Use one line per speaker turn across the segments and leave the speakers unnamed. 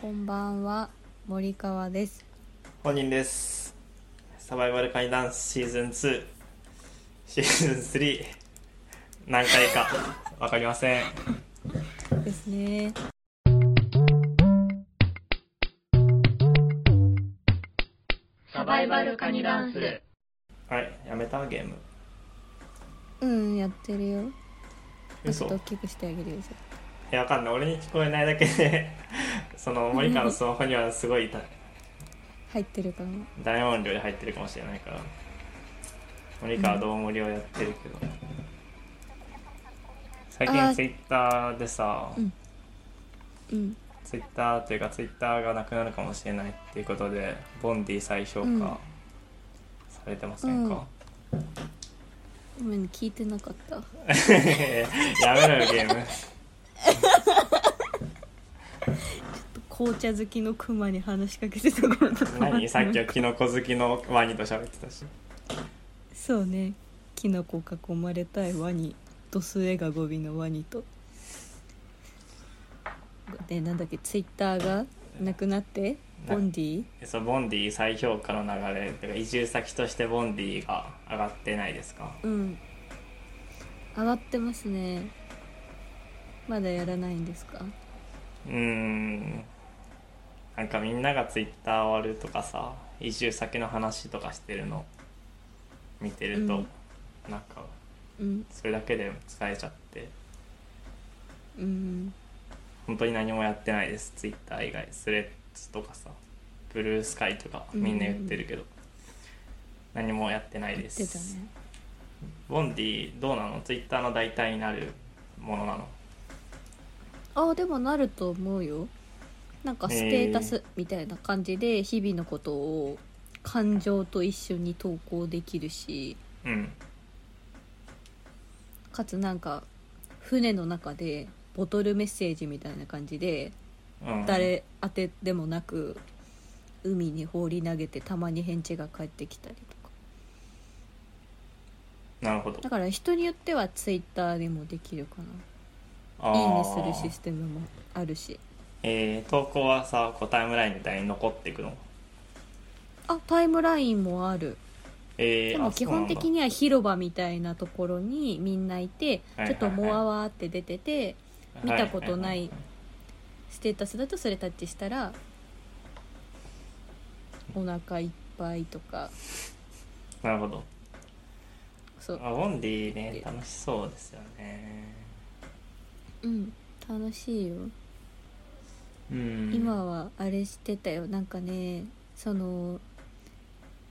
こんばんは、森川です。
本人ですサバイバル怪談シーズン2シーズン3何回かわかりません
ですね。
サバイバルカニダンス
はいやめたゲーム
うん、やってるよ。ち
嘘
ょ
い
っと大きくしてあげるよ。じゃ
やわかんない俺に聞こえないだけでその森川のスマホにはすごい大
あ入ってるかな。
大音量で入ってるかもしれないから森川どうもりをやってるけど最
あ
近
ー
ツイッターでさ、
うんうん。
ツイッターというかツイッターがなくなるかもしれないっていうことでボンディ再評
うん
価されてませんか、
ごめん、聞いてなかった。
やめろよゲーム
紅茶好きのクマに話しかけてたこと
何 さっきはキノコ好きのワニと喋ってたし
そうね。キノコ囲まれたいワニ。ドスエが語尾のワニと。で、なんだっけ、ツイッターがなくなって、ボンディ
そうボンディ再評価の流れてか移住先としてボンディが上がってないですか
うん上がってますねまだやらないんですか
うーんなんかみんながツイッター終わるとかさ移住先の話とかしてるの見てると、
うん
なんか
うん
それだけで疲れちゃって
うん
本当に何もやってないですツイッター以外スレッズとかさブルースカイとか
うん
みんな言ってるけど、何もやってないで
出た
す、
ね
ボンディどうなのツイッターの代替になるものなの
あでもなると思うよなんかステータスみたいな感じで日々のことを感情と一緒に投稿できるし
うん
かつなんか船の中でボトルメッセージみたいな感じで
うん
誰当てでもなく海に放り投げてたまに返事が返ってきたりとか
なるほど
だから人によってはツイッターでもできるか
あ
な「いいね」
ー
するシステムもあるし
えー、投稿はさこうタイムラインみたいに残っていくの
あタイムラインもある
えー、
でも
あ
基本的
に
には広場みたいなところにみんないて
はい
ちょっと
はいはい
もわわって出てて見たことないステータスだとそれタッチしたらお腹いっぱいとか
なるほど
そう
あボンディね楽しそうですよね
うん楽しいよ
うん
今はあれしてたよなんかねその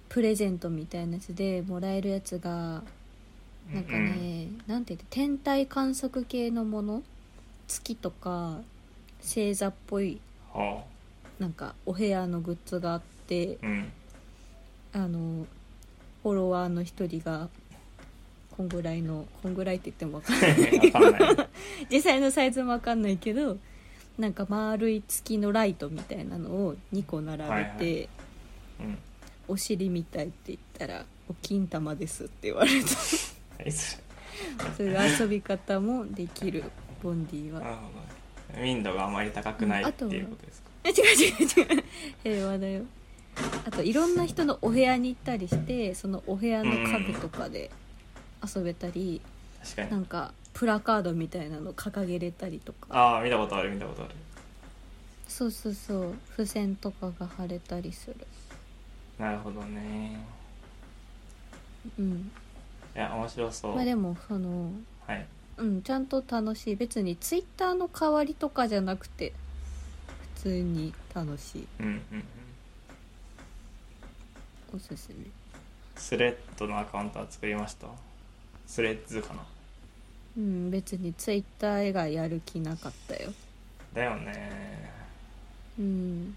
プレゼントみたいなやつでもらえるやつがなんかね、なんて言って天体観測系のもの月とか星座っぽい
うんは
なんかお部屋のグッズがあって
あうん
あのフォロワーの一人がこんぐらいのこんぐらいって言っても分かんない
わかんない
実際のサイズも分かんないけどなんか丸い月のライトみたいなのを2個並べて。
はいはいうん
お尻みたいって言ったら「お金玉です」って言われた
何それ
そういう遊び方もできるボンディ
な
は
るほどね民度があまり高くないっていうことですか、
え違う違う 違う平和だよあといろんな人のお部屋に行ったりしてそのお部屋の家具とかで遊べたり、
確か
な
に
んかプラカードみたいなの掲げれたりとか
ああ見たことある見たことある
そうそうそう付箋とかが貼れたりする
なるほどね
うん
いや面白そう、
まあでもその
はい
うんちゃんと楽しい別にツイッターの代わりとかじゃなくて普通に楽しい
うんうんうん
おすすめ
スレッドのアカウントは作りましたスレッズかな
うん別にツイッター以外やる気なかったよ
だよね
うん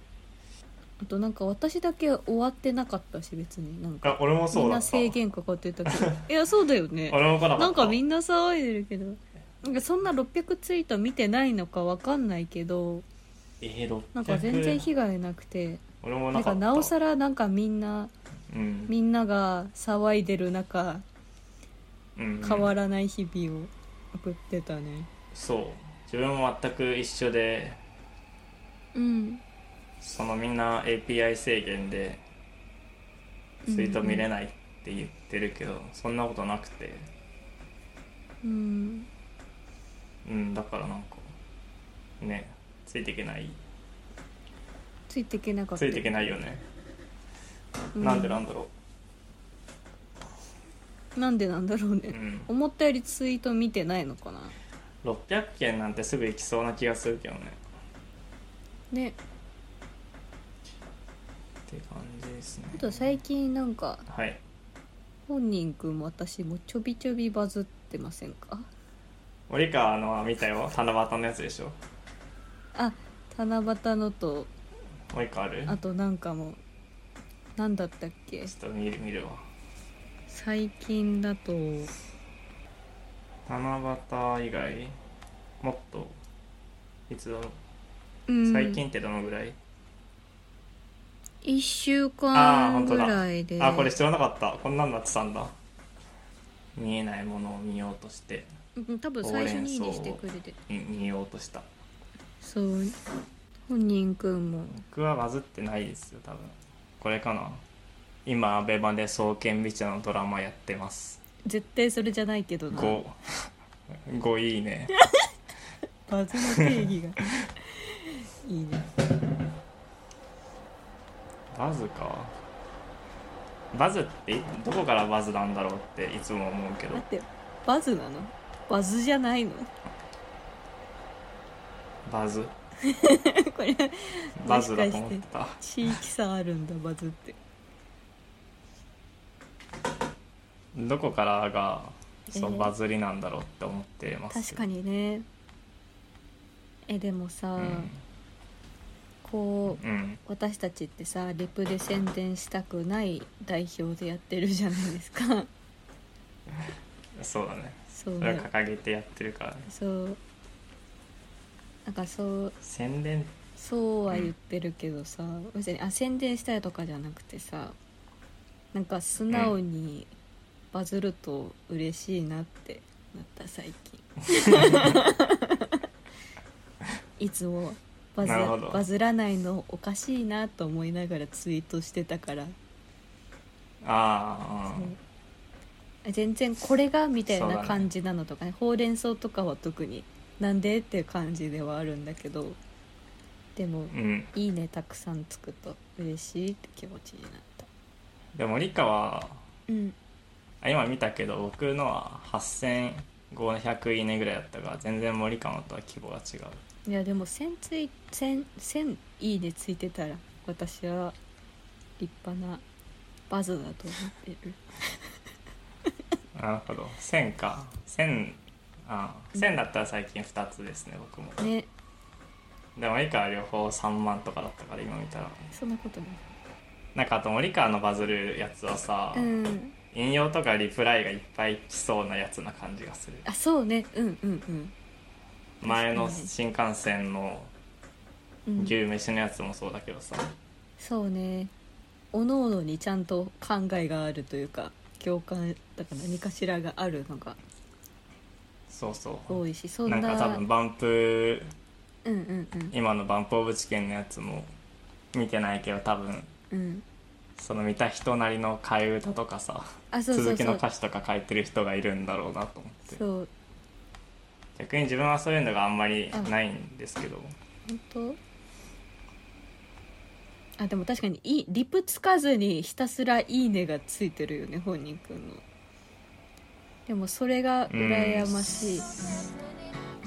あとなんか私だけ終わってなかったし別になんか
あ俺も
み
そ
ん
う
な
だった
制限かかってたけ どいやそうだよね
俺も来なかった
なんかみ
なん
な騒いでるけどなんかそんな600ツイート見てないのかわかんないけど
えー、600
なんか全然被害なくて
俺も
な
なんか
か
った
なおさらなんかみんな
うん
みんなが騒いでる中
うん
変わらない日々を送ってたね
そう自分も全く一緒で
うん
そのみんな API 制限でツイート見れないって言ってるけど、そんなことなくて
うん
うんだからなんかねついていけない
ついていけなかった
ついていけないよね、
う
なんでなんだろ
なんでなんだろうね、
う、うん、
思ったよりツイート見てないのかな
600件なんてすぐ行きそうな気がするけどね
ね
って感じですね
あと最近なんか
はい
本人くんも私もちょびちょびバズってませんか
森川のは見たよ七夕のやつでしょ
あ七夕のと
もう一個ある
あとなんかもなんだったっけ
ちょっと見る見るわ
最近だと
七夕以外もっといつだろう
うん
最近ってどのぐらい、
1週
あー
間
本
ぐ
当だ
らいで
あこれ知らなかったこんなんなってたんだ見えないものを見ようとして
うん多分最初にいいねしてくれて
み見ようとした
そう本人くんも
僕はバズってないですよ多分これかな今アベマで「双剣美茶」のドラマやってます
絶対それじゃないけどな
5 5いいね
バズの定義がいいね
バズかバズってどこからバズなんだろうっていつも思うけど
待ってバズなのバズじゃないの
バズ
これ
バズだと思ってた
地域差あるんだバズって
どこからがそ
え
う
ー
バズりなんだろうって思ってます
確かにねえでもさ、こう
うん、うん、
私たちってさリプで宣伝したくない代表でやってるじゃ ないですか
そうだね
そう
それ
ね
を掲げてやってるからね
そうなんかそう
宣伝
そうは言ってるけどさ別にあ宣伝したいとかじゃなくてさなんか素直にバズると嬉しいなってなった最近いつもバズ
なるほど
バズらないのおかしいなと思いながらツイートしてたから、
ああ
そう全然これがみたい
そうだ
な
ね
感じなのとかねほうれん草とかは特になんでっていう感じではあるんだけどでも、
うん
いいねたくさんつくと嬉しいって気持ちになった
で森川
うん
あ今見たけど僕のは8500いいねぐらいだったから全然森川のとは規模が違う
いやでも1000つい1000 1000いいねついてたら私は立派なバズだと思ってる
なるほど1000か1000あー1000だったら最近2つですね僕も
ね
で森川両方3万とかだったから今見たら
そんなことない
なんかあと森川のバズるやつはさ、
うん
引用とかリプライがいっぱい来そうなやつな感じがする
あそうねうんうんうん
前の
確かに
新幹線の
うん
牛飯のやつもそうだけどさ、
そうねおのおのにちゃんと考えがあるというか共感だから何かしらがあるのが
そうそう
多いしそん
な
なん
か多分バンプ
うんうんうん
今の「バンプ・オブ・チキン」のやつも見てないけど多分
うん
その見た人なりの替え歌とかさ
あそうそう
続きの
そう
歌詞とか書いてる人がいるんだろうなと思って
そう
逆に自分はそういうのがあんまりないんですけど、
本当あでも確かにいいリプつかずにひたすら「いいね」がついてるよね本人くんのでもそれが羨ましい、
ジ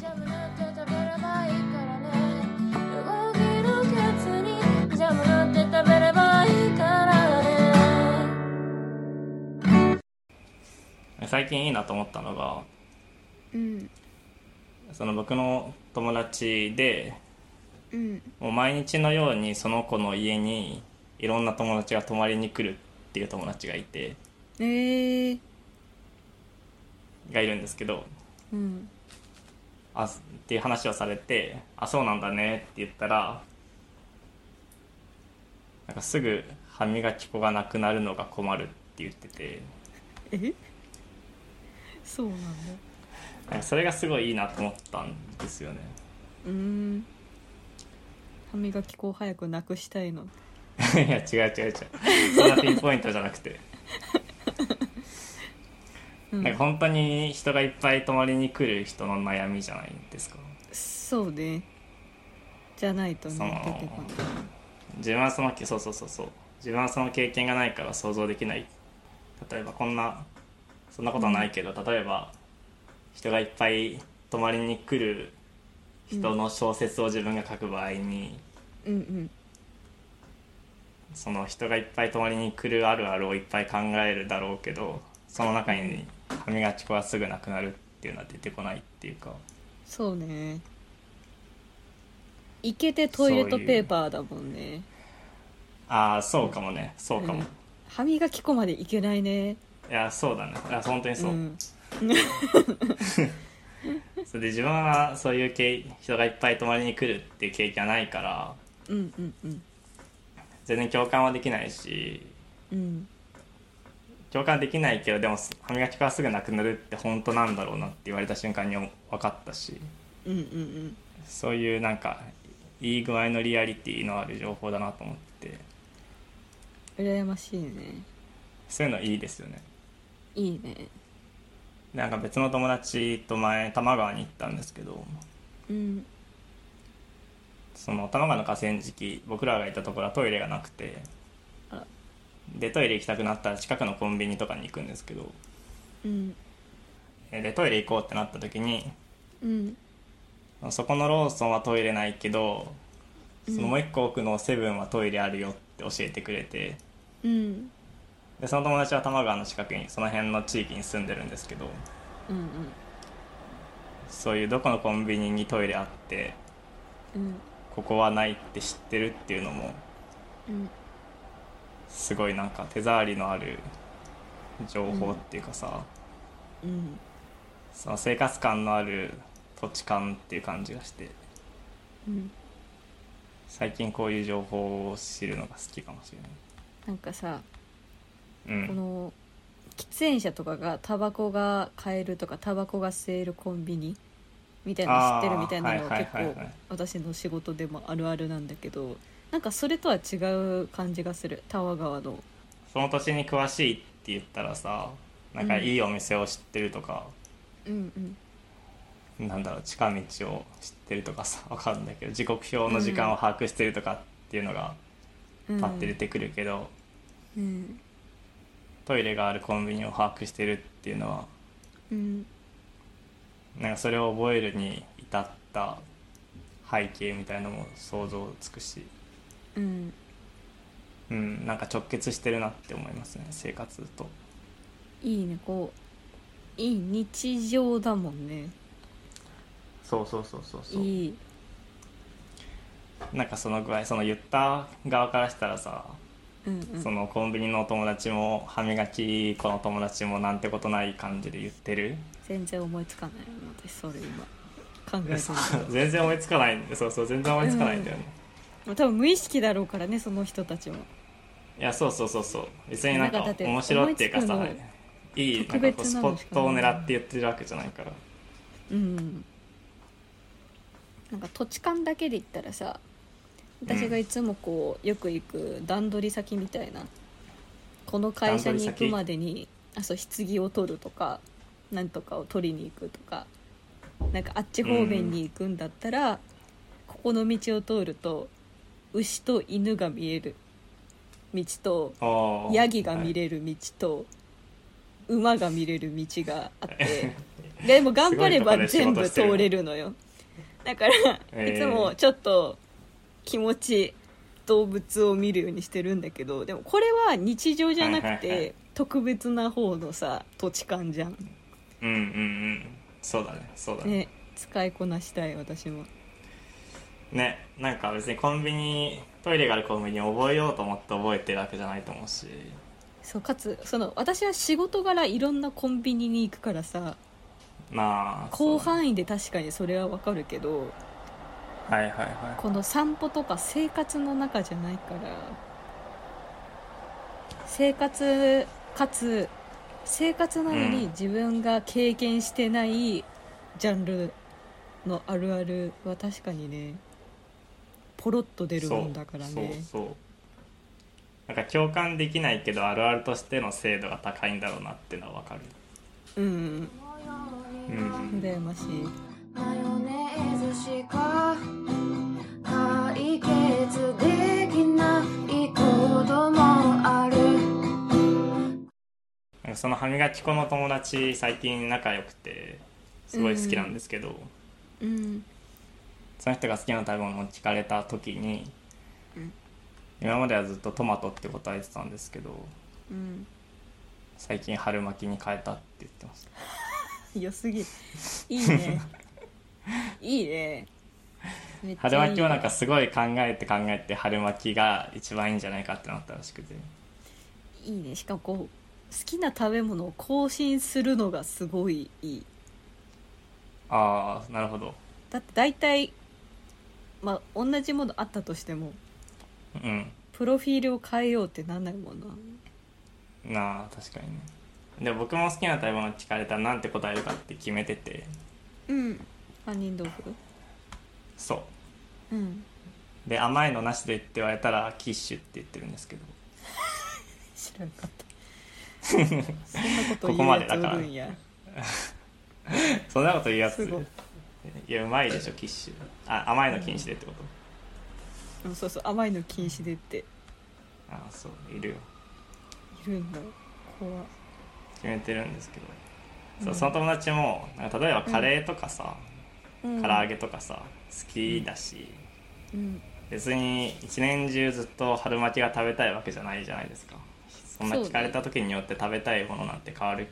ャムなんて食べればいいからね動きのケツにジャムなんて食べればいいからね
最近いいなと思ったのが
うん
その僕の友達で
うん
もう毎日のようにその子の家にいろんな友達が泊まりに来るっていう友達がいて
えー、
がいるんですけど
うん
あっていう話をされて「あそうなんだね」って言ったらなんかすぐ歯磨き粉がなくなるのが困るって言ってて
えそうなんだ
なんかそれがすごいいいなと思ったんですよね
うーん歯磨き粉を早くなくしたいの
いや違う違う違うそんなピンポイントじゃなくて、
うん
なんか本当に人がいっぱい泊まりに来る人の悩みじゃないですか
そうねじゃないとね
そう
出てこない
自分はそのそうそうそうそう自分はその経験がないから想像できない例えばこんなそんなことはないけど、例えば人がいっぱい泊まりに来る人の小説を自分が書く場合に、
うんうん
その人がいっぱい泊まりに来るあるあるをいっぱい考えるだろうけどその中に歯磨き粉はすぐなくなるっていうのは出てこないっていうか
そうねイケてトイレットペーパーだもんね
ああそうかもねそうかも、
うん歯磨き粉までいけないね
いやそうだねいや本当にそう、
ん、
それで自分はそういう経人がいっぱい泊まりに来るっていう経験はないから
うんうんうん
全然共感はできないし
うん
共感できないけどでも歯磨き粉はすぐなくなるって本当なんだろうなって言われた瞬間に分かったし
うんうんうん
そういうなんかいい具合のリアリティのある情報だなと思って
羨ましいね
そういうのいいですよね
いいね
なんか別の友達と前多摩川に行ったんですけど
うん
その多摩川の河川敷僕らがいたところはトイレがなくて
あら
でトイレ行きたくなったら近くのコンビニとかに行くんですけど
うん
えでトイレ行こうってなった時に
うん
そこのローソンはトイレないけどそのもう一個奥のセブンはトイレあるよって教えてくれて
うん
でその友達は多摩川の近くにその辺の地域に住んでるんですけど
うん
そういうどこのコンビニにトイレあって
うん
ここはないって知ってるっていうのも
うん
すごいなんか手触りのある情報っていうかさ、
うん
その生活感のある土地感っていう感じがして
うん
最近こういう情報を知るのが好きかもし
なんかさ
れない、う
こ
ん、
の喫煙者とかがタバコが買えるとかタバコが吸えるコンビニみたいなの知ってるみたいなの
あー
は結
はいはい
構
はいはい
私の仕事でもあるあるなんだけどなんかそれとは違う感じがするタワ川の
その土地に詳しいって言ったらさなんかいいお店を知ってるとか、
うんうん
なんだろう近道を知ってるとかさ わかるんだけど時刻表の時間を把握してるとかっていうのが
うん
パッて出てくるけど、
うん
トイレがあるコンビニを把握してるっていうのは
うん
なんかそれを覚えるに至った背景みたいのも想像つくし、
うん
うん、なんか直結してるなって思いますね生活と
いいねこういい日常だもんね
そうそうそうそう
いい
なんかその具合その言った側からしたらさ、
うんうん
そのコンビニのお友達も歯磨き粉の友達もなんてことない感じで言ってる
全然思いつかないのでそれ今考えてる
そう 全然思いつかないんでそうそう全然思いつかないんだよね、
ま あ多分無意識だろうからねその人たちも
いやそうそうそうそう別になん
なん
か
かだって
面白いっていうかさ
思いつく
いいなん
特
かこう
別
ス
な
ポ
のし
ッ
かない
トを狙って言ってるわけじゃないから
うんなんか土地勘だけで言ったらさ私がいつもこうよく行く段取り先みたいなこの会社に行くまでにあそう棺を取るとかなんとかを取りに行くとかなんかあっち方面に行くんだったら、ここの道を通ると牛と犬が見える道と
おー
ヤギが見れる道と馬が見れる道があって でも頑張れば全部通れるのよだから
えー
いつもちょっと気持ち動物を見るようにしてるんだけどでもこれは日常じゃなく
はいはいは
て特別な方のさ土地勘じゃん
うんうんうんそうだねそうだね
ね使いこなしたい私も
ねなんか別にコンビニトイレがあるコンビニを覚えようと思って覚えてるわけじゃないと思うし
そうかつその私は仕事柄いろんなコンビニに行くからさ
まあ
広
そう
範囲で確かにそれはわかるけど
はいはいは
この散歩とか生活の中じゃないから生活かつ生活なの
う
に
ん
自分が経験してないジャンルのあるあるは確かにねポロッと出る
そう
もんだからね
そうそうなんか共感できないけどあるあるとしての精度が高いんだろうなってのは分かる
うん
うん
羨ましい
マヨネーズしか解決できないこともある
なんかその歯磨き粉の友達最近仲良くてすごい好きなんですけど、
うん
その人が好きな食べ物を聞かれた時に、
うん
今まではずっとトマトって答えてたんですけど
うん
最近春巻きに変えたって言ってました
良すぎるいい ねいいねめっちゃいい
春巻きをなんかすごい考えて考えて春巻きが一番いいんじゃないかってなったらしくて
いいねしかもこう好きな食べ物を更新するのがすごいいい
ああなるほど
だって大体まあ同じものあったとしても
うん
プロフィールを変えようってなんないもんな
なあ確かにねで僕も好きな食べ物聞かれたらなんて答えるかって決めてて
うん杏仁豆腐
そ
うん
うで甘いのなしでって言われたらキッシュって言ってるんですけど
知らんかった そんなこと
ここ
言う
ま
や
でだ
つ
か
お
ら
るんや
そんなこと言うやつ
すごい
いやうまいでしょキッシュあ甘いの禁止でってこと、
うんそうそう甘いの禁止でって
ああそういるよ
いるんだ怖っ
決めてるんですけど、
う
そうんその友達もなんか例えばカレーとかさ、
うん
唐揚げとかさ好きだし、
うん
別に一年中ずっと春巻きが食べたいわけじゃないじゃないですかそんな聞かれた時によって食べたいものなんて変わる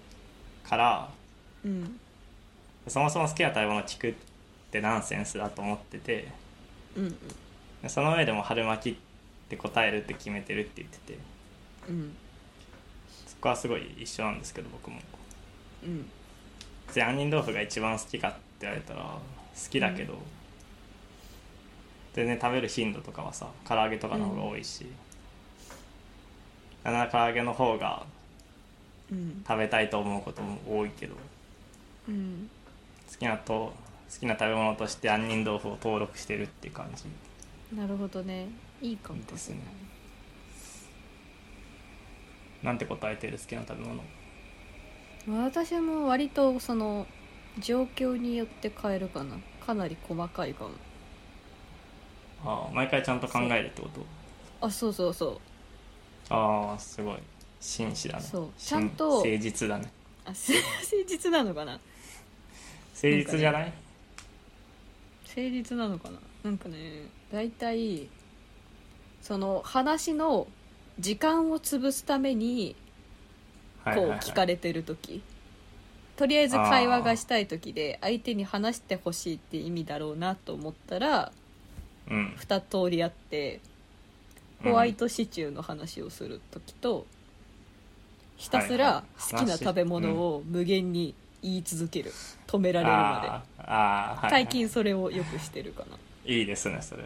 から
うん
そもそも好きな食べ物聞くってナンセンスだと思ってて
うん
でその上でも春巻きって答えるって決めてるって言ってて
うん
そこはすごい一緒なんですけど僕も
うん
別に杏仁豆腐が一番好きかって言われたら好きだけど、全然食べる頻度とかはさ唐揚げとかの方が多いし、なんなら唐揚げの方が
うん
食べたいと思うことも多いけど好
うん
きなと好きな食べ物として杏仁豆腐を登録してるって感じ
なるほどねいいかも
ですねなんて答えてる好きな食べ物
私も割とその状況によって変えるかなかなり細かいかも
ああ毎回ちゃんと考えるってこと
あそうそうそ
ああすごい紳士だね
そう
紳
ちゃんと
誠実だね
うあ せ誠実なのかな
誠実じゃない
誠実なのかななんかね大体その話の時間を潰すためにこ
はいうはいはい
聞かれてる時、とりあえず会話がしたい時で相手に話してほしいって意味だろうなと思ったら
うん
2通りあって
うん
ホワイトシチューの話をする時と、ひたすら好きな食べ物を無限に言い続ける止められるま
あーあー、
で
はいはい、
最近それをよくしてるか
いいですねそれ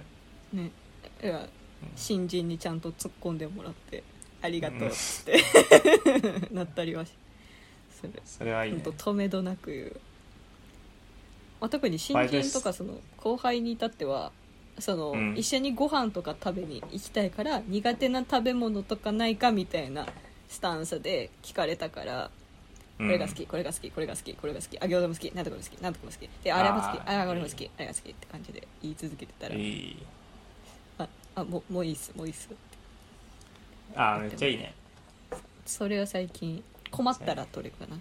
なねいや新人にちゃんと突っ込んでもらってありがとうっつって なったりはしする
それはいい
ほん
ね
と止めどなく言う、まあ、特に新人とかその後輩に至ってはその、
うん
一緒にご飯とか食べに行きたいから苦手な食べ物とかないかみたいなスタンスで聞かれたから、これが好きこれが好きこれが好きこれが好きあ餃子も好きなんとかも好きなんとかも好きであれも好き
あー
ああれも好
い
き
い
あれが好きって感じで言い続けてた
う
ら
ん、いい
ああもうもういいっすもういいっす
ああめっちゃいいね
それは最近困ったら取れるかな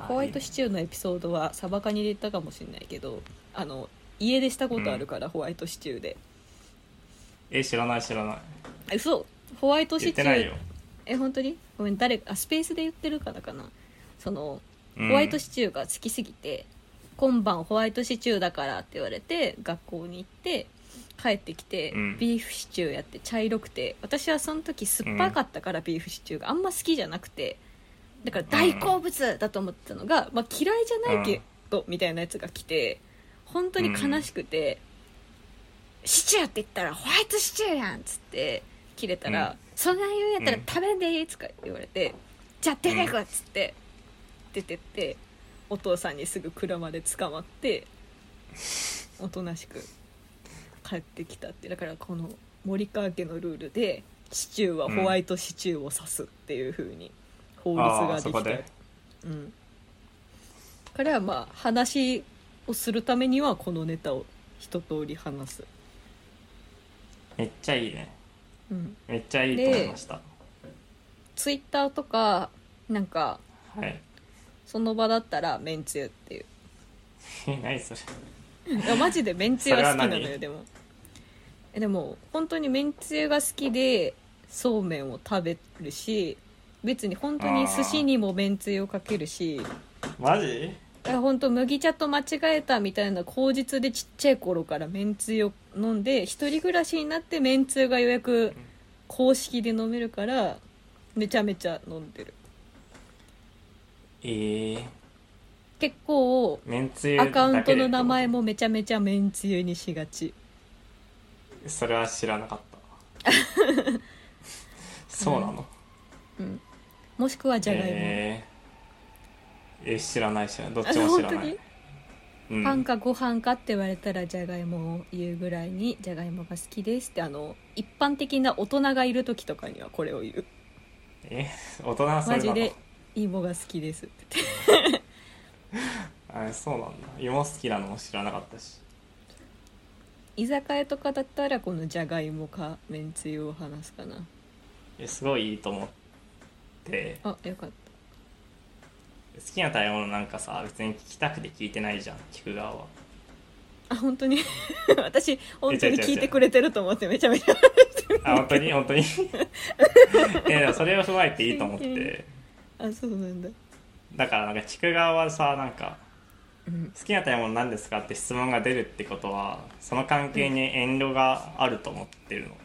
あー
ホワイトシチューのエピソードはサバカにで言ったかもしれないけどあの家でしたことあるから、ホワイトシチューで
いいねえ知らない知らない
えそうホワイト
言
シ
っ
チ
て
ュ
ない
ー
よ
え本当にごめん誰あスペースで言ってるからかなその
うん
ホワイトシチューが好きすぎて、今晩ホワイトシチューだからって言われて学校に行って帰ってきて、
うん
ビーフシチューやって茶色くて私はその時酸っぱかったから、ビーフシチューがあんま好きじゃなくてだから大好物だと思ってたのが、まあ、嫌いじゃないけど、みたいなやつが来て本当に悲しくて、シチューって言ったらホワイトシチューやんっつって切れたら、
うん
そんな言うんやったら
うん
食べんでいいっつか言われて、じゃあ出てくっつって出てってお父さんにすぐ車で捕まっておとなしく入ってきたってだからこの森川家のルールでシチューはホワイトシチューを指すっていう風に法律
あ
が
あ
で
そ
き
こ
たよ
で
うん、彼はまあ話をするためにはこのネタを一通り話す、
めっちゃいいね
うん、
めっちゃいいと思いました
ツイッターとかなんか
はい
その場だったらめんつゆっていう
え何それ
いやマジでめんつゆが好きなの
それ
よ
は何
でもえでも本当にめんつゆが好きでそうめんを食べるし別に本当に寿司にもめんつゆをかけるし
マジ
いや本当麦茶と間違えたみたいな口実でちっちゃい頃からめんつゆを飲んで一人暮らしになってめんつゆがようやく公式で飲めるからめちゃめちゃ飲んでる
ええ
結構
めんつゆだ
ア
けで
カウントの名前もめちゃめちゃめんつゆにしがち
それは知らなかった そうなの
もしくはじゃがいも、
えーえ知らない知らないどっ
あ
ちも知
本
ら
当
な
に
い、うん、
パンかご飯かって言われたらじゃがいもを言うぐらいにじゃがいもが好きですってあの一般的な大人がいる時とかにはこれを言う
え大人はそ
マ
れな
ジ
の
で芋が好きですって言って
あそうなんだ芋好きなのも知らなかったし
居酒屋とかだったらこのじゃがいもかめんつゆを話すかな
えすごいいいと思って
あよかっ
好きな食べ物なんかさ別に聞きたくて聞いてないじゃん聞く側は
たあ本 当に私本当
違う
に
違う
聞いてくれてると思ってめちゃめちゃ
あ本当に本当に えでもそれを踏まえていいと思っ
真剣
て
あそうなんだ
だからなんか聞く側はさなんか
うん
好きな食べ物なんですかって質問が出るってことはその関係に遠慮があると思ってるの、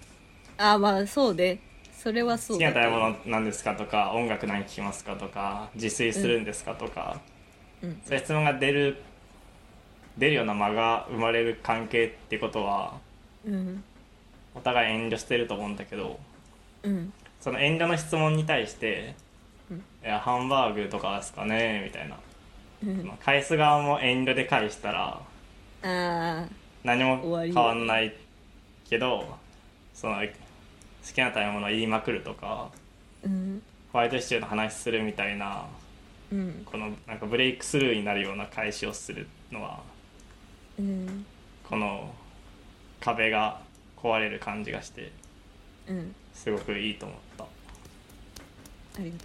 あまあそうでそれはそ
好
う
きな
だ
食べ物なんですかとか音楽何聴きますかとか自炊するんですかとか、
うん
そういう質問が出る出るような間が生まれる関係ってことは
うん
お互い遠慮してると思うんだけど
うん
その遠慮の質問に対して「
うん
いやハンバーグとかですかね」みたいな、
うん
まあ返す側も遠慮で返したら
ああ
何
終
も
わり
変わんないけどその好きな食べ物言いまくるとか
うん
ホワイトシチューの話するみたいな
うん
このなんかブレイクスルーになるような返しをするのは
うん
この壁が壊れる感じがして
うん
すごくいいと思った
ありがとうございます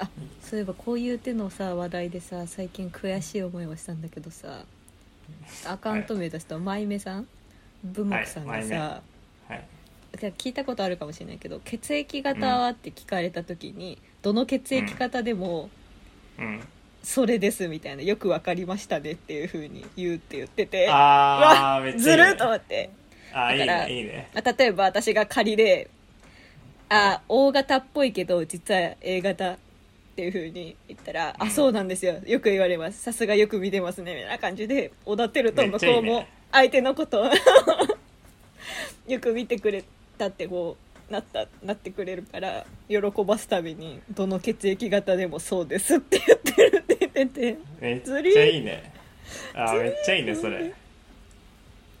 あそういえばこういう手のさ話題でさ最近悔しい思いをしたんだけどさアカウント名出したまいめさんブモクさんが
はい
さ、
まはい
じゃあ聞いたことあるかもしれないけど血液型はって聞かれた時に、どの血液型でも
うん
それですみたいなよく分かりましたねっていう風に言うって言ってて
ああめっちゃ
ず
いい、ね、
るっと思って
あーいい
だから
ねいいね
あ例えば私が仮であ O 型っぽいけど実は A 型っていう風に言ったら「
う
あ
ん
そうなんですよよく言われますさすがよく見てますね」みたいな感じでおだてると
め
向
っちゃい
こ
いうね
も相手のことを よく見てくれたってこうなったなってくれるから喜ばすために「どの血液型でもそうです」って言ってるって言ってて
めっ
ず
ち
り
ゃいいねあーめっちゃいいねそれ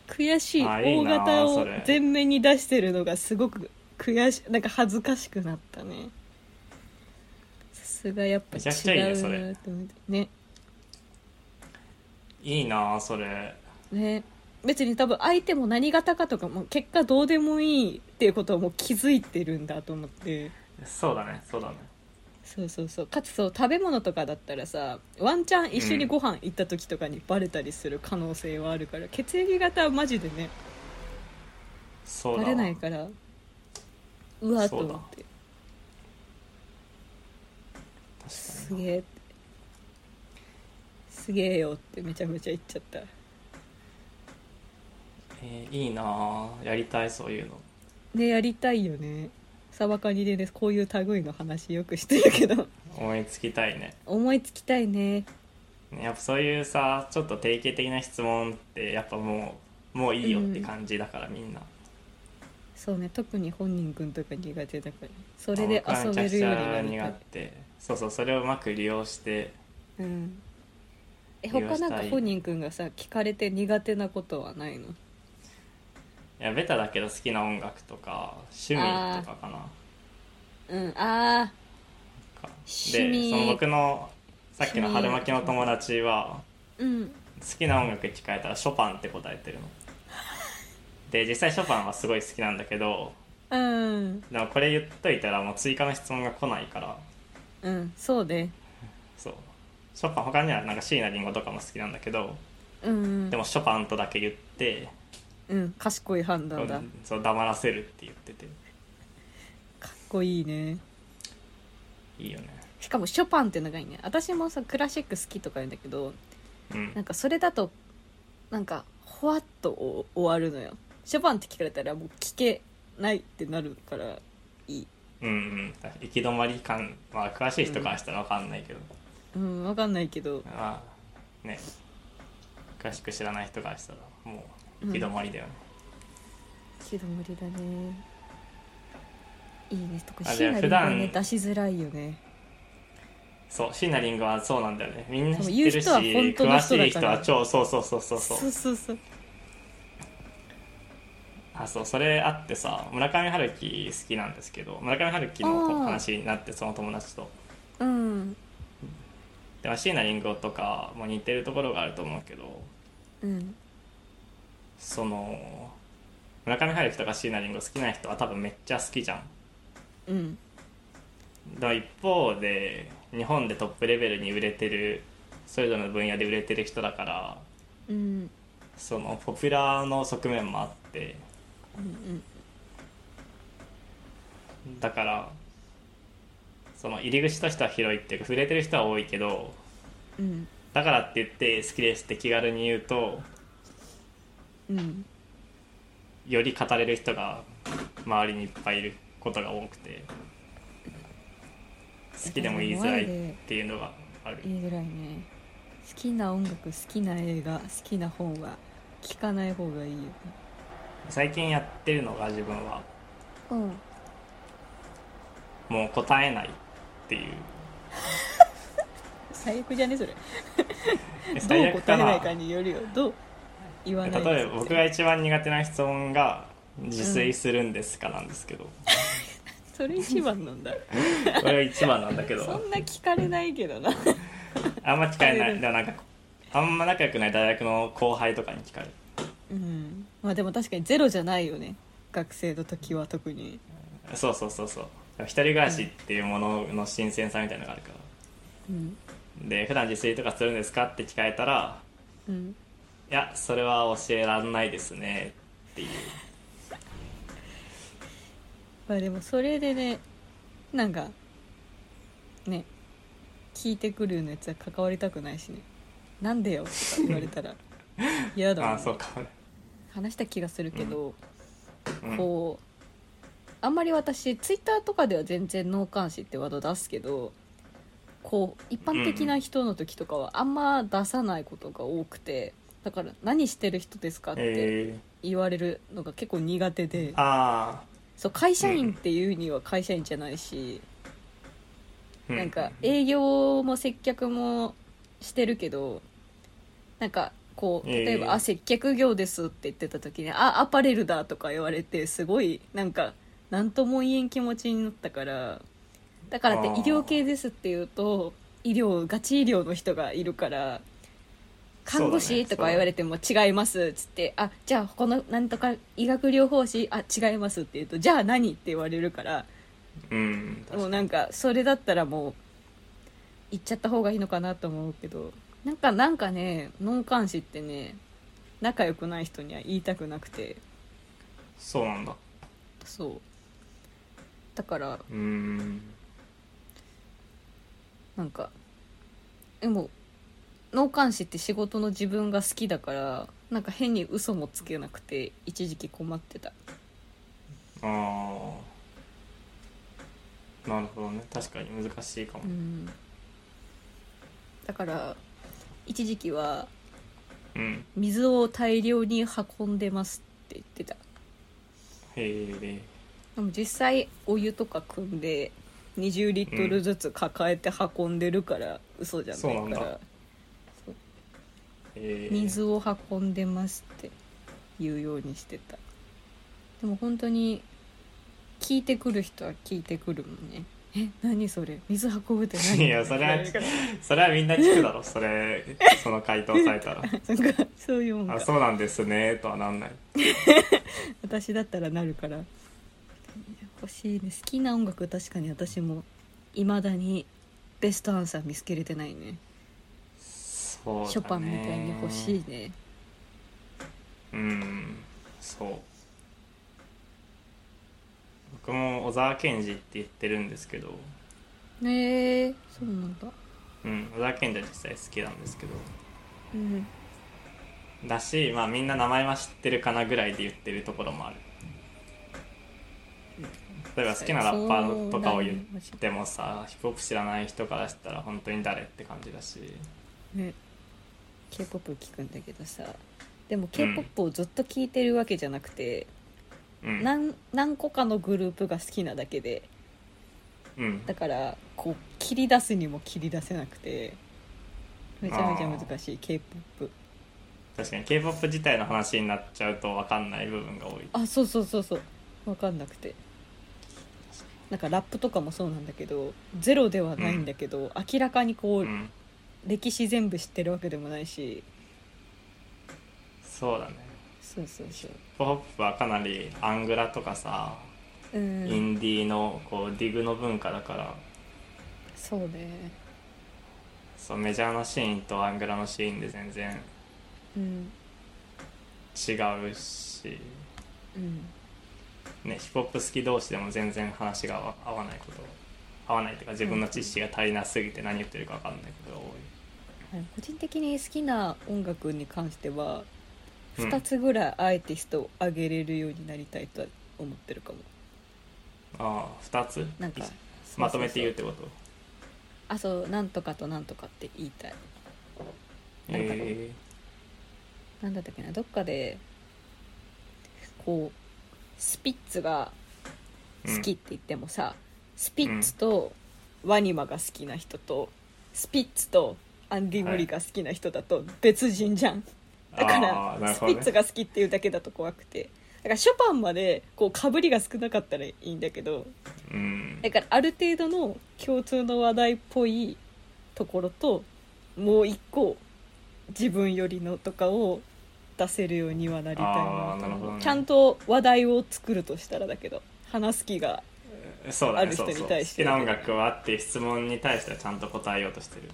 悔しい
あいい
O
な
型
そ
を
れ
前面に出してるのがすごく悔しなんか恥ずかしくなったねさすがやっぱ
めちゃくちゃいいね
違う
それ
なと思ってね
いいなーそれ
ね別に多分相手も何型かとかも結果どうでもいいっていうことはもう気づいてるんだと思って
そうだねそうだね
そうそうそうかつそう食べ物とかだったらさワンチャン一緒にご飯行った時とかにバレたりする可能性はあるから、血液型はマジでね
そう
バ
だわ
レないからうわーと
そうだ
思って
確
す
かに
げえってすげえよってめちゃめちゃ言っちゃった
えーいいなーやりたいそういうの
ねやりたいよねサバカニでねこういう類の話よくしてるけど
思いつきたいね
思いつきたいね
ねやっぱそういうさちょっと定型的な質問ってやっぱもうもういいよって感じだから、みんな
そうね特に本人くんとか苦手だからそれで
僕は
遊
めち
べ
ゃく
る
ち
よう
ゃ
になりた
苦
い、
手そうそうそれをうまく利用して
うん、え
利用し
他
たい
なんか本人くんがさ聞かれて苦手なことはないの
いやベタだけど好きな音楽とか趣味とかかな
うんあ
か
趣
で
味
その僕のさっきの春巻きの友達は
ーうん
好きな音楽聞かれたらショパンって答えてる ので実際ショパンはすごい好きなんだけど
うん
でもこれ言っといたらもう追加の質問が来ないから
うんそうね
そうショパン他にはなんか椎名林檎とかも好きなんだけど
うん
でもショパンとだけ言って
うん賢い判断だかっ
そう黙らせるって言ってて
こいいね
いいよね
しかもショパンってのがいいね私もさクラシック好きとか言うんだけど
うん
なんかそれだとなんかほわっとお終わるのよショパンって聞かれたらもう聞けないってなるからいい
うんうん行き止まり感まあ詳しい人からしたら分かんないけど、
うんわかんないけど
まあね詳しく知らない人からしたらもう行き止まりだよね、
木戸森だねいいねとか
あじ
椎
ゃあ
名
普
林檎
段
ね出しづらいよね
そう椎名林檎はそうなんだよねみんな知って
言う
るし
人は本当の
詳
人
しい
だ
人
か
は
ら
超そうそうそうそうそ
そう
う
そうそう
あそうそれあってさ村上春樹好きなんですけど村上春樹の
あー
話になってその友達と
うん
でも椎名林檎とかも似てるところがあると思うけど
うん
その村上春樹とか椎名林檎好きな人は多分めっちゃ好きじゃん
うん
だから一方で日本でトップレベルに売れてるそれぞれの分野で売れてる人だから
うん
そのポピュラーの側面もあって
うん
だからその入り口としては広いっていうか触れてる人は多いけど
うん
だからって言って好きですって気軽に言うと
うん
より語れる人が周りにいっぱいいることが多くて好きでも言いづらいっていうのがある
言いづらいね好きな音楽好きな映画好きな本は聞かない方がいいよね
最近やってるのが自分は
うん
もう答えないっていう
最悪じゃねそれど
最
う
悪
答
か
え
な
ないかによるよどう言わない
例えば僕が
い
一番苦手な質問が「自炊するんですか?」なんですけ ど、
それ一番なんだ
これが一番なんだけ
そ
ど
んな聞かれないけ どな
あんま聞かれな
聞かれる
いでもなんかあんま仲良くない大学の後輩とかに聞かれる
うんまあでも確かにゼロじゃないよね学生の時は特に
そうそうそうそうでも一人暮らしっていうものの新鮮さみたいなのがあるから
うん
で普段自炊とかするんですかって聞かれたら
うん
「いやそれは教えられないですね」っていう
まあでもそれでねなんかね聞いてくるようなやつは関わりたくないしね「なんでよ」とか言われた ら嫌だもん
あそうか
話した気がするけど、
うん
こうあんまり私ツイッターとかでは全然脳幹視ってワード出すけどこう一般的な人の時とかはあんま出さないことが多くてだから「何してる人ですか?」って
え
言われるのが結構苦手で、
ー、ああ
そう会社員っていうには会社員じゃないし、なんか営業も接客もしてるけどなんかこう
ええ
例えば「あ接客業です」って言ってた時に「あアパレルだ」とか言われてすごいなんか何とも言えん気持ちになったからだからって
あ
医
ー
療系ですって言うと医療ガチ医療の人がいるから。看護
そうだ
師
ね
とか言われても違いますっつって、あじゃあこのなんとか医学療法士あ違いますって言うとじゃあ何って言われるから
うん
もうなんかそれだったらもう行っちゃった方がいいのかなと思うけどなんかなんかね脳幹視ってね仲良くない人には言いたくなくて
そうなんだ
そうだから
うん
なんかでも脳幹視って仕事の自分が好きだからなんか変に嘘もつけなくて一時期困ってた
ああなるほどね確かに難しいかも
うんだから一時期は
うん
水を大量に運んでますって言ってた
へえ
でも実際お湯とか汲んで20リットルずつ抱えて運んでるから嘘じゃない
そう
か
なん
ら
だ、へえ
水を運んでますって言うようにしてたでも本当に聞いてくる人は聞いてくるもんねえ何それ水運ぶって何
いやそれはそれはみんな聞くだろそれその回答されたら
そっかそういうもん
あ
か
そうなんですねとはなんない
私だったらなるから欲しいね好きな音楽確かに私もいまだにベストアンサー見つけれてないね
そうだね
ショパンみたいに欲しいね
うんそう僕も小沢健二って言ってるんですけど、
ねえそうなんだ
うん、小沢健二は実際好きなんですけど
うん
だし、まあ、みんな名前は知ってるかなぐらいで言ってるところもある例えば好きなラッパーとかを言ってもさヒップホップ知らない人からしたら本当に誰って感じだし
ね k p o p 聞くんだけどさでも k p o p をずっと聞いてるわけじゃなくて、
うん
なん、何個かのグループが好きなだけで
うん
だからこう切り出すにも切り出せなくてめちゃめちゃ難しい k p o p
確かに k p o p 自体の話になっちゃうと分かんない部分が多い
あそうそうそうそう分かんなくてなんかラップとかもそうなんだけどゼロではないんだけど、明らかにこう、
うん
歴史全部知ってるわけでもないし
そうだね
そうそうそう
ヒップホップはかなりアングラとかさ、
うん
インディーのこうディグの文化だから
そうね
そうメジャーのシーンとアングラのシーンで全然
うん
違うし
うん
ね、ヒップホップ好き同士でも全然話が合わ合わないこと合わないというか自分の知識が足りなすぎて何言ってるか分かんないことが多い
はい個人的に好きな音楽に関しては
うん
2つぐらいアーティストを上げれるようになりたいとは思ってるかも
ああ2つ
なんか
い
そうそうそう
まとめて言うってこと
あそうなんとかとなんとかって言いたいなんか
え
なんだったっけなどっかでこうスピッツが好きって言ってもさ、スピッツとワニマが好きな人とスピッツとアンディ・モリが好きな人だと別人じゃん、
ー
だか
あーな
ら
る
ス
ほ
ピ
ど
ッツ
ね
が好きっていうだけだと怖くてだからショパンまでこうかぶりが少なかったらいいんだけど
うん
だからある程度の共通の話題っぽいところともう一個自分よりのとかを出せるようにはなりたい
あ
な
ー
と
なるほ
思
ど
う、
ね
ちゃんと話題を作るとしたらだけど話す気が
そうだ
あ
ね
る
そ
人
う
に
そう好
対して
きな音楽はっていう質問に対してはちゃんと答えようとしてる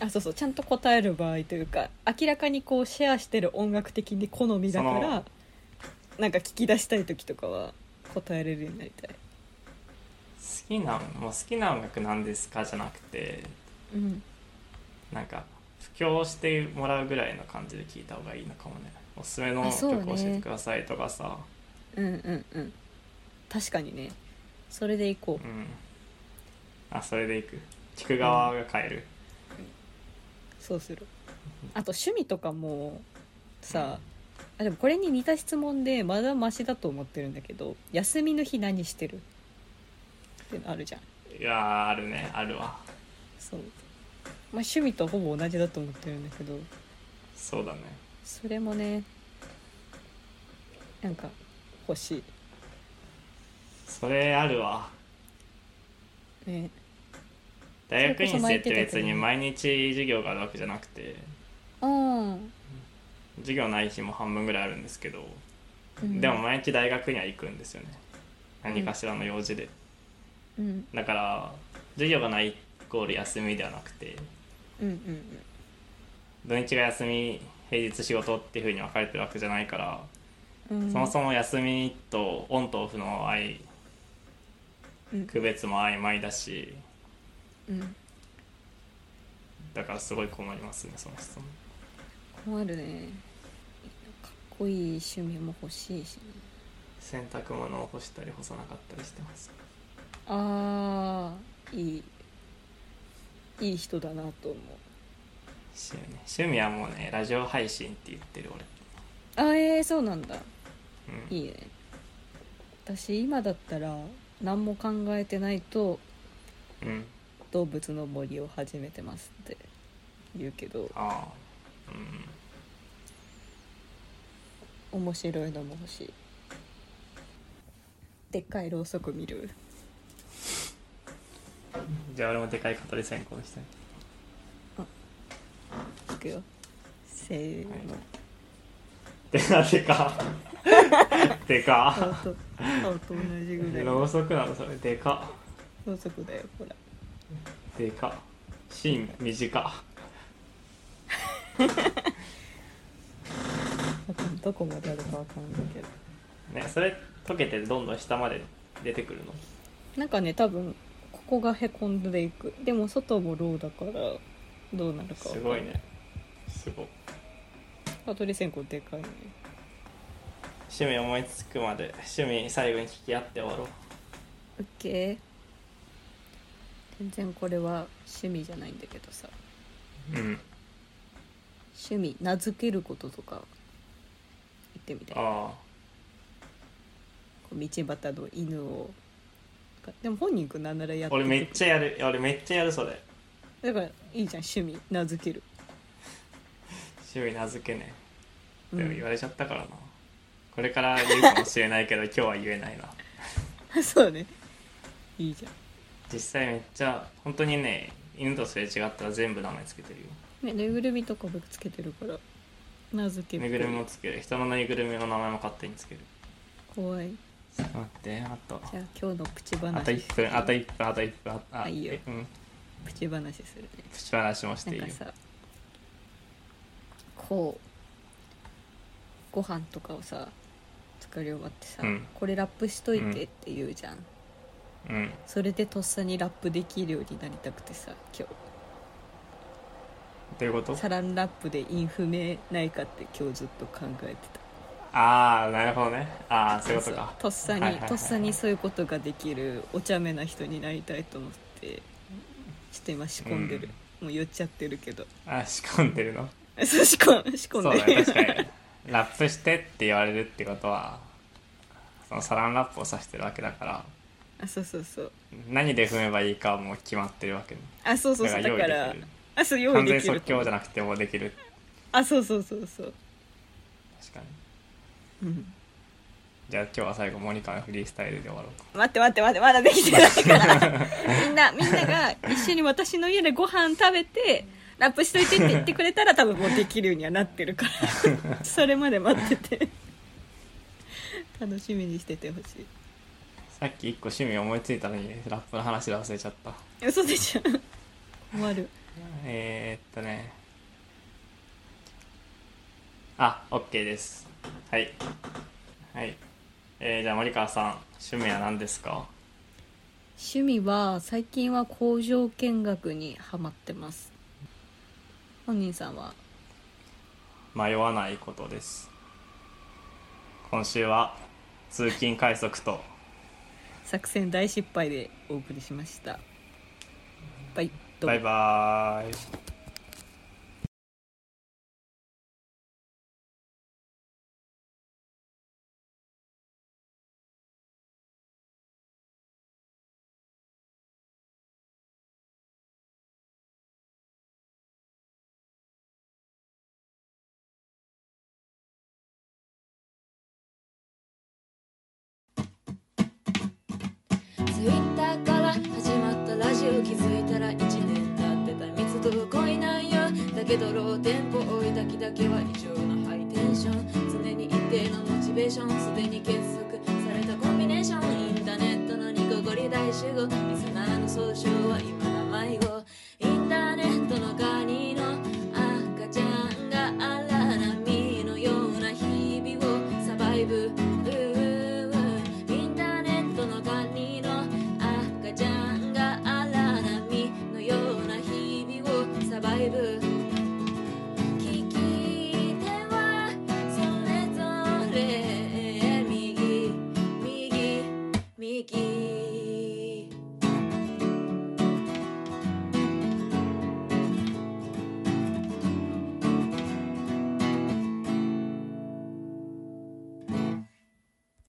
あそうそうちゃんと答える場合というか明らかにこうシェアしてる音楽的に好みだか
そ
ら
の
なんか聞き出したい時とかは答えれるようになりたい。
好きなもう好きな音楽なんですかじゃなくて
うん
なんか布教してもらうぐらいの感じで聞いた方がいいのかもねおすすめの
あそうね
曲教えてくださいとかさ
うんうんうん確かにねそれでいこ
うんあそれでいく聞く側が変える、
うそうするあと趣味とかもさあでもこれに似た質問でまだマシだと思ってるんだけど休みの日何してるってのあるじゃん
いやーあるねあるわ
そう、まあ、趣味とほぼ同じだと思ってるんだけど
そうだね
それもねなんか欲し
それあるわ
いね
大学院
そ
生
れ
っ
こそ前言
て
ってた
別
やつね
に毎日授業があるわけじゃなくて
うん、
授業ない日も半分ぐらいあるんですけど、
うん、
でも毎日大学には行くんですよね何かしらの用事で、
うんうん
だから授業がないイコール休みではなくて
うんうん
土日が休み平日仕事っていうふうに分かれてるわけじゃないから、
うん
そもそも休みとオンとオフの愛
うん
区別も曖昧だし
うん
だからすごい困りますねその質問
困るねかっこいい趣味も欲しいし、ね、
洗濯物を干したり干さなかったりしてます
あーいいいい人だなと思う
趣味ね趣味はもうねラジオ配信って言ってる俺
あーえー、そうなんだ
うん
いいね私今だったら何も考えてないと
うん
動物の森を始めてますって言うけど
ああうん
面白いのも欲しいでっかいろうそく見る
じゃあ俺もでかい語り先行したい
いくよせーの
でかでか で
顔
か
と顔と同じぐらい
ろうそくなのそれでか
ろうそくだよほら
でか芯短
わかんどこまであるかわかんないけど
ねそれ溶けてどんどん下まで出てくるの
なんかね多分ここがへこんでいくでも外もろうだからどうなるかわか
す
ん
ごいねすごい
蚊取り線香でかいね
趣味思いつくまで趣味最後に聞き合って終わろう
オッケー全然これは趣味じゃないんだけどさ
うん
趣味名付けることとか言ってみたいこ
あ
う道端の犬をでも本人くんなんならや
あ
って
俺めっちゃやるいや俺めっちゃやるそれ
だからいいじゃん趣味名付ける、
趣味名付けね
う
でも言
ん、
われちゃったからな、これから言うかもしれ ないけど今日は言えない な
そうねいいじゃん
実際めっちゃ本当にね犬とすれ違ったら全部名前つけてるよ
ねぬいぐるみとか僕つけてるから名付けっぽ
ぬ
い
いぐるみもつける人のぬいぐるみの名前も勝手につける
怖い
ちょっと待ってあと
じゃあ今日のプチ話
あと1分あと1分あと1分あと
あいいよ
うん
プチ話するね
プチ話もし
な
てい
ん
いよ
かさこうご飯とかをさ作り終わってさ、
うん
これラップしといてって言うじゃん、
うん
それでとっさにラップできるようになりたくてさ今
どういうこと
日サランラップでインフメないかって今日ずっと考えて
ああなるほどねああ
た
そういうことか
とっさに、
はいはいはい
とっさにそういうことができるお茶目な人になりたいと思ってちょっと今仕込んでる、もう言っちゃってるけど
あ仕込んでるの
そう仕込ん仕
そ
込
う
で
んだ
る
ね確かにラップしてって言われるってことはそのサランラップをさしてるわけだから
あそうそうそう
何で踏めばいいかはもう決まってるわけね
あそうそうそうだ
だ
か
から
ら
用意できる
あそう用意
完
で
全
きる
即興じゃなくてもうできる
あそうそうそうそう
確かに
うん
じゃあ今日は最後モニカのフリースタイルで終わろうか
待って待って待ってまだできてないから みんなみんなが一緒に私の家でご飯食べてラップしといてって言ってくれたら多分もうできるようにはなってるから それまで待ってて楽しみにしててほしい
さっき1個趣味思いついたのにラップの話で忘れちゃった
嘘でしょ困る
えー、っとねあオッケーですはいはいえー、じゃあ森川さん趣味は何ですか
趣味は最近は工場見学にハマってます本人さんは
迷わないことです今週は通勤快速と
作戦大失敗でお送りしましたバイどうも
バイバーイ
ツイッターから始まったラジオ気づいたら1年経ってた密度が濃いなんよだけどローテンポ追いだきだけは異常なハイテンション常に一定のモチベーションすでに結束されたコンビネーションインターネットのニコゴリ大集合リスナーの総称は今だ迷子インターネットのガニの赤ちゃんが荒波のような日々をサバイブインターネットのガニの赤ちゃんが荒波のような日々をサバイブ